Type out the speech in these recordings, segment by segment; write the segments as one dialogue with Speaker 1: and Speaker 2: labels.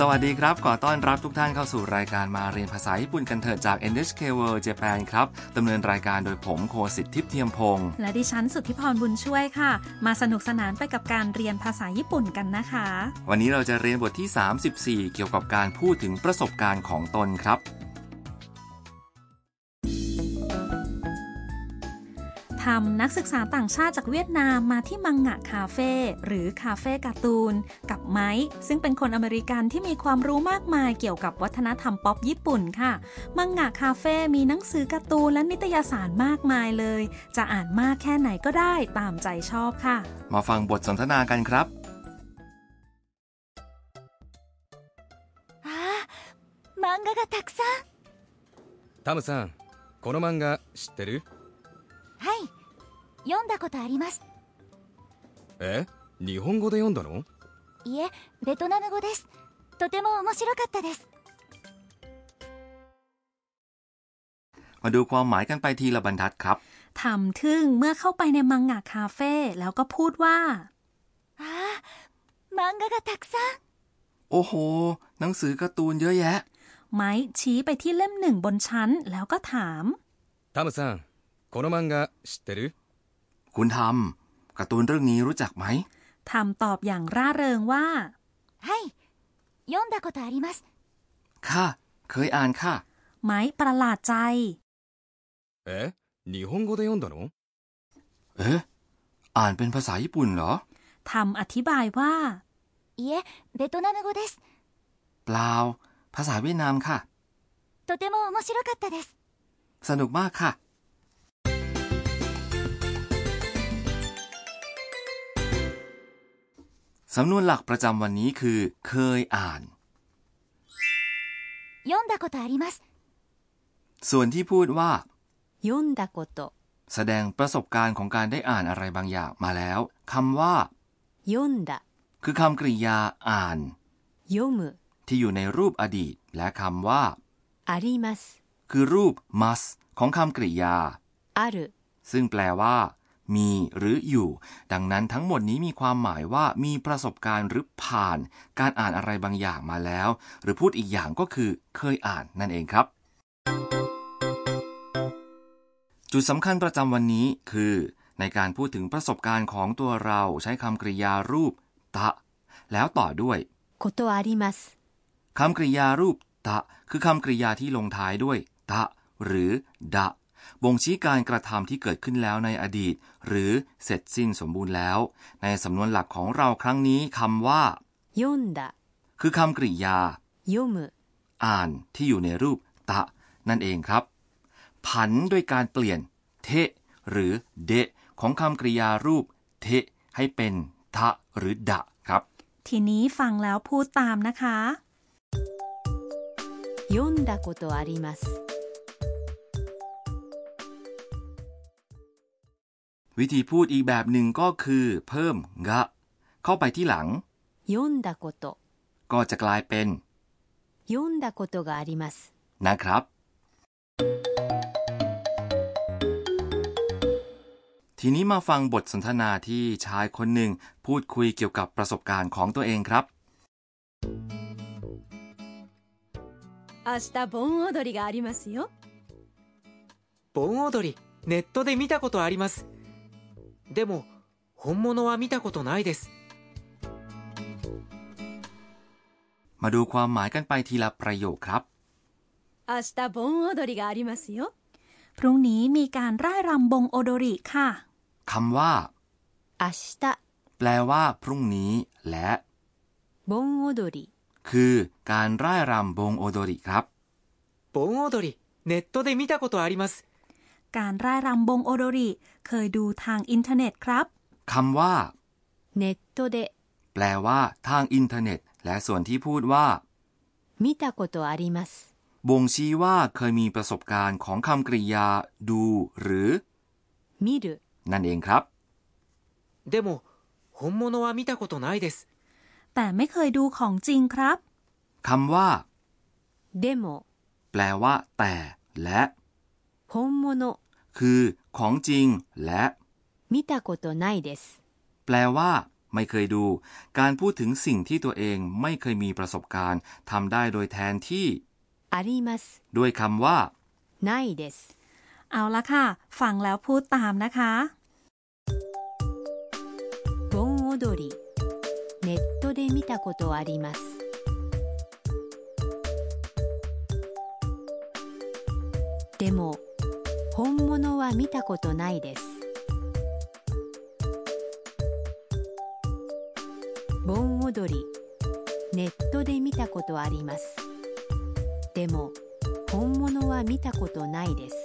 Speaker 1: สวัสดีครับ ขอต้อนรับทุกท่านเข้าสู่รายการมาเรียนภาษาญี่ปุ่นกันเถิดจาก NHK World Japan ครับ ดำเนินรายการโดยผมโคสิทธิ์ทิพย์เทียมพงศ์
Speaker 2: และดิฉันสุทธิพรบุญช่วยค่ะ มาสนุกสนานไปกับการเรียนภาษาญี่ปุ่นกันนะคะ
Speaker 1: วันนี้เราจะเรียนบทที่ 34 เกี่ยวกับการพูดถึงประสบการณ์ของตนครับ
Speaker 2: ทำนักศึกษาต่างชาติจากเวียดนามมาที่มังงะคาเฟ่หรือคาเฟ่การ์ตูน กับไม้ซึ่งเป็นคนอเมริกันที่มีความรู้มากมายเกี่ยวกับวัฒนธรรมป๊อปญี่ปุ่นค่ะ มังงะคาเฟ่มีหนังสือการ์ตูนและนิตยสารมากมายเลย จะอ่านมากแค่ไหนก็ได้ตามใจชอบค่ะ
Speaker 1: มาฟังบทสนทนากันครับ
Speaker 3: ああ漫画がたくさん
Speaker 4: タムさんこの漫画知ってる
Speaker 3: はい読んだことあります
Speaker 4: え日本語で読んだの
Speaker 3: いえベトナム語ですとても面白かったです
Speaker 1: มาดูความหมายกันไปทีละบรรทัดครับ
Speaker 2: ทำทึ่งเมื่อเข้าไปในมังงะคาเฟ่แล้วก็พูดว่า
Speaker 3: ああ漫画がたくさん
Speaker 1: โอ้โห หนังสือการ์ตูนเยอะแยะ
Speaker 2: ไม้ชี้ไปที่เล่มหนึ่งบนชั้นแล้วก็ถาม
Speaker 4: タムさんこの漫画知ってる
Speaker 1: คุณทำการ์ตูนเรื่องนี้รู้จักไหม
Speaker 2: ทำตอบอย่างร่าเริงว่า
Speaker 3: はい読んだことあります
Speaker 1: ค่ะ เคยอ่านค่ะ
Speaker 2: ไม้ประหลาดใจ
Speaker 4: え日本語で読んだの
Speaker 1: เอ๊ะ อ่านเป็นภาษาญี่ปุ่นเหรอ
Speaker 2: ทำอธิบายว่า
Speaker 3: いえベトナム語です
Speaker 1: เปล่า ภาษาเวียดนามค่ะ
Speaker 3: とても面白かったです
Speaker 1: สนุกมากค่ะ สำนวนหลักประจำวันนี้คือ เคยอ่าน
Speaker 3: 読んだことあります
Speaker 1: ส่วนที่พูดว่า
Speaker 3: 読んだこと
Speaker 1: แสดงประสบการณ์ของการได้อ่านอะไรบางอย่างมาแล้วคำว่า
Speaker 3: 読んだ
Speaker 1: คือคำกริยาอ่าน
Speaker 3: 読む
Speaker 1: ที่อยู่ในรูปอดีต และคำว่า
Speaker 3: あります
Speaker 1: คือรูป must ของคำกริยา
Speaker 3: ある
Speaker 1: ซึ่งแปลว่า มีหรืออยู่ ดังนั้นทั้งหมดนี้มีความหมายว่ามีประสบการณ์หรือผ่าน การอ่านอะไรบางอย่างมาแล้ว หรือพูดอีกอย่างก็คือ เคยอ่านนั่นเองครับ จุดสำคัญประจำวันนี้คือ ในการพูดถึงประสบการณ์ของตัวเราใช้คำกริยารูป ตะ แล้วต่อด้วย
Speaker 3: ことあります
Speaker 1: คำกริยารูป ตะ คือคำกริยาที่ลงท้ายด้วย ตะ หรือ ดะ บ่งชี้การกระทำที่เกิดขึ้นแล้วในอดีต หรือเสร็จสิ้นสมบูรณ์แล้ว ในสำนวนหลักของเราครั้งนี้คำว่า
Speaker 3: 読んだ
Speaker 1: คือคำกริยา
Speaker 3: 読む
Speaker 1: อ่านที่อยู่ในรูป ตะ นั่นเองครับ ผันด้วยการเปลี่ยน เทะ หรือ เดะ ของคำกริยารูป เทะ ให้เป็น ทะ หรือ ดะ ครับ
Speaker 2: ทีนี้ฟังแล้วพูดตามนะคะ
Speaker 3: 読んだことあります
Speaker 1: วิธีพูดอีกแบบหนึ่งก็คือ เพิ่ม งะ เข้าไปที่หลัง
Speaker 3: 読んだこと
Speaker 1: ก็จะกลายเป็น
Speaker 3: 読んだことがあります
Speaker 1: นะครับ ทีนี้มาฟังบทสนทนาที่ชายคนหนึ่ง พูดคุยเกี่ยวกับประสบการณ์ของตัวเองครับ
Speaker 3: 明日盆踊りがありますよ
Speaker 5: 盆踊りネットで見たことありますでも本物は見たことないです
Speaker 1: มาดูความหมายกันไปทีละประโยคครับ
Speaker 3: 明日盆踊りがありますよ
Speaker 2: พรุ่งนี้มีการร่ายรำบงโอโดริค่ะ
Speaker 1: คำว่า
Speaker 3: 明日
Speaker 1: แปลว่า พรุ่งนี้ และ
Speaker 3: 盆踊り
Speaker 1: คือการร่ายรำบงโอโดริครับ
Speaker 5: 盆踊りネットで見たことあります
Speaker 2: การร่ายรำบงโอโดริ เคยดูทางอินเทอร์เน็ตครับ
Speaker 1: คำว่า
Speaker 3: ネットで
Speaker 1: แปลว่า ทางอินเทอร์เน็ต และส่วนที่พูดว่า
Speaker 3: 見たことあります
Speaker 1: บ่งชี้ว่าเคยมีประสบการณ์ของคำกริยา ดู หรือ
Speaker 3: 見る
Speaker 1: นั่นเองครับ
Speaker 5: でも本物は見たことないです
Speaker 2: แต่ไม่เคยดูของจริงครับ
Speaker 1: คำว่า
Speaker 3: でも
Speaker 1: แปลว่า แต่ และ
Speaker 3: 本物
Speaker 1: คือ ของจริง และ
Speaker 3: 見たことないです
Speaker 1: แปลว่า ไม่เคยดู การพูดถึงสิ่งที่ตัวเองไม่เคยมีประสบการณ์ทำได้โดยแทนที่
Speaker 6: あります
Speaker 1: ด้วยคำว่า
Speaker 6: ないです
Speaker 2: เอาละค่ะ ฟังแล้วพูดตามนะคะ
Speaker 6: 盆踊りネットで見たことありますでも本物は見たことないです盆踊りネットで見たことありますでも本物は見たことないです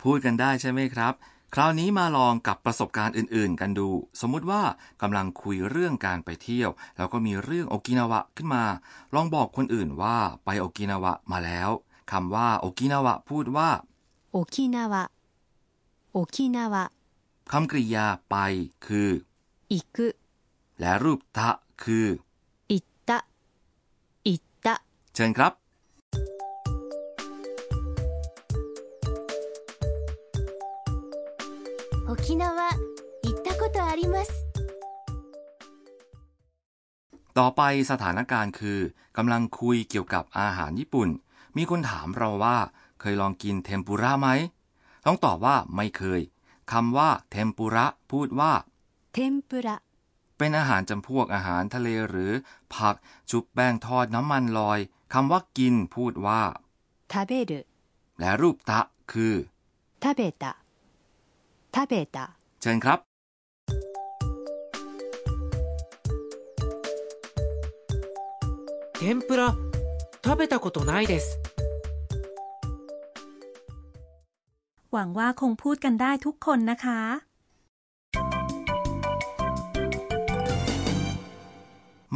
Speaker 1: พูดกันได้ใช่ไหมครับ คราวนี้มาลองกับประสบการณ์อื่นๆ กันดู สมมุติว่ากำลังคุยเรื่องการไปเที่ยว แล้วก็มีเรื่องโอกินาวะขึ้นมา ลองบอกคนอื่นว่าไปโอกินาวะมาแล้วคำว่าโอกินาวะพูดว่า
Speaker 6: 沖縄沖縄
Speaker 1: คำกริยาไปคือ
Speaker 6: 行く
Speaker 1: และรูปทะคือ
Speaker 6: 行った行った
Speaker 1: เชิญครับ
Speaker 3: 沖縄行ったことあります
Speaker 1: ต่อไปสถานการณ์คือกำลังคุยเกี่ยวกับอาหารญี่ปุ่น มีคนถามเราว่า เคยลองกินเทมปุระไหมต้องตอบว่าไม่เคยคำว่าเทมปุระพูดว่า
Speaker 6: 天ぷら
Speaker 1: เป็นอาหารจำพวกอาหารทะเลหรือ ผักชุบแป้งทอดน้ำมันลอยคำว่ากินพูดว่า
Speaker 6: 食べる
Speaker 1: และรูปตะคือ
Speaker 6: 食べた食べた
Speaker 1: เชิญครับ
Speaker 5: 天ぷら食べたことないです
Speaker 2: หวังว่าคงพูดกันได้ทุกคนนะคะ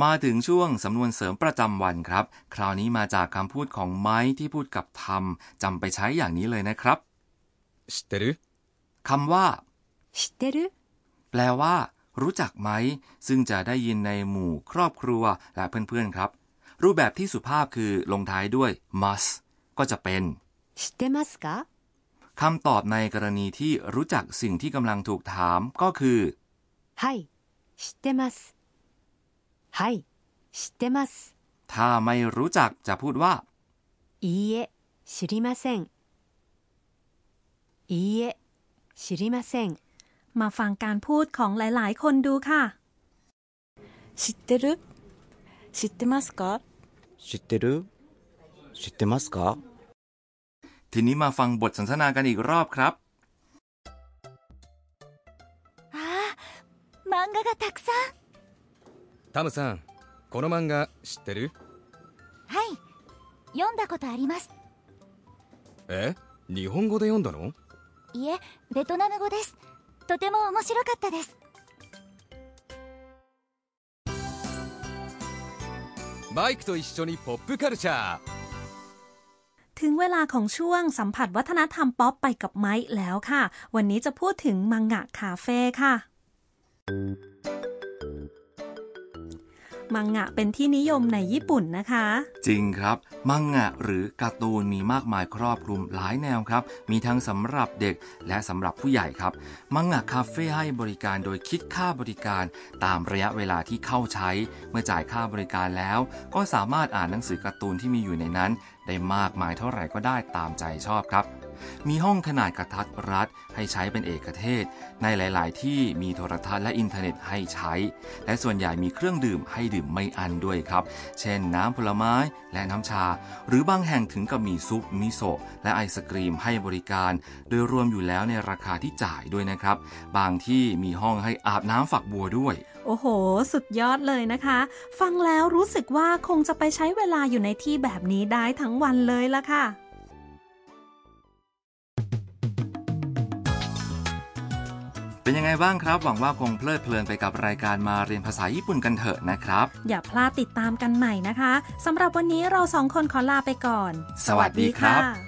Speaker 1: มาถึงช่วงสำนวนเสริมประจำวันครับ คราวนี้มาจากคำพูดของไม้ที่พูดกับทำจำไปใช้อย่างนี้เลยนะครับ
Speaker 4: 知ってる
Speaker 1: คำว่า
Speaker 6: 知ってる
Speaker 1: แปลว่า รู้จักไหม ซึ่งจะได้ยินในหมู่ครอบครัวและเพื่อนๆครับ รูปแบบที่สุภาพคือลงท้ายด้วย must ก็จะเป็น
Speaker 6: 知ってますか
Speaker 1: คำตอบในกรณีที่รู้จักสิ่งที่กำลังถูกถามก็คือ
Speaker 6: はい知ってますはい知ってます
Speaker 1: ถ้าไม่รู้จักจะพูดว่า
Speaker 6: いいえ知りませんいいえ知りません
Speaker 2: มาฟังการพูดของหลายๆ คนดูค่ะ
Speaker 7: 知ってる知ってますか
Speaker 8: 知ってる知ってますか
Speaker 1: ทีนี้มาฟังบทสนทนากันอีกรอบครับ
Speaker 3: ああ漫画がたくさん
Speaker 4: タムさんこの漫画知ってる
Speaker 3: はい読んだことあります
Speaker 4: え日本語で読んだの
Speaker 3: いえベトナム語ですとても面白かったです
Speaker 4: バイクと一緒にポップカルチャー
Speaker 2: ถึงเวลาของช่วงสัมผัสวัฒนธรรมป๊อปไปกับไม้แล้วค่ะ วันนี้จะพูดถึงมังงะคาเฟ่ค่ะ มังงะเป็นที่นิยมในญี่ปุ่นนะคะ
Speaker 1: จริงครับ มังงะหรือการ์ตูนมีมากมายครอบคลุมหลายแนวครับ มีทั้งสำหรับเด็กและสำหรับผู้ใหญ่ครับ มังงะคาเฟ่ให้บริการโดยคิดค่าบริการตามระยะเวลาที่เข้าใช้ เมื่อจ่ายค่าบริการแล้ว ก็สามารถอ่านหนังสือการ์ตูนที่มีอยู่ในนั้น ได้มากมายเท่าไหร่ก็ได้ตามใจชอบครับ มีห้องขนาดกระทัดรัดให้ใช้เป็นเอกเทศ ในหลาย ๆ ที่มีโทรทัศน์และอินเทอร์เน็ตให้ใช้ และส่วนใหญ่มีเครื่องดื่มให้ดื่มไม่อั้นด้วยครับ เช่นน้ำผลไม้และน้ำชา หรือบางแห่งถึงกับมีซุปมิโซะและไอศกรีมให้บริการ โดยรวมอยู่แล้วในราคาที่จ่ายด้วยนะครับ บางที่มีห้องให้อาบน้ำฝักบัวด้วย
Speaker 2: โอ้โห สุดยอดเลยนะคะ ฟังแล้วรู้สึกว่าคงจะไปใช้เวลาอยู่ในที่แบบนี้ได้ทั้งวันเลยละค่ะ
Speaker 1: เป็นยังไงบ้างครับ หวังว่าคงเพลิดเพลินไปกับรายการมาเรียนภาษาญี่ปุ่นกันเถอะนะครับ
Speaker 2: อย่าพลาดติดตามกันใหม่นะคะสำหรับวันนี้เราสองคนขอลาไปก่อน
Speaker 1: สวัสดีครับ
Speaker 2: สวัสดีค่ะ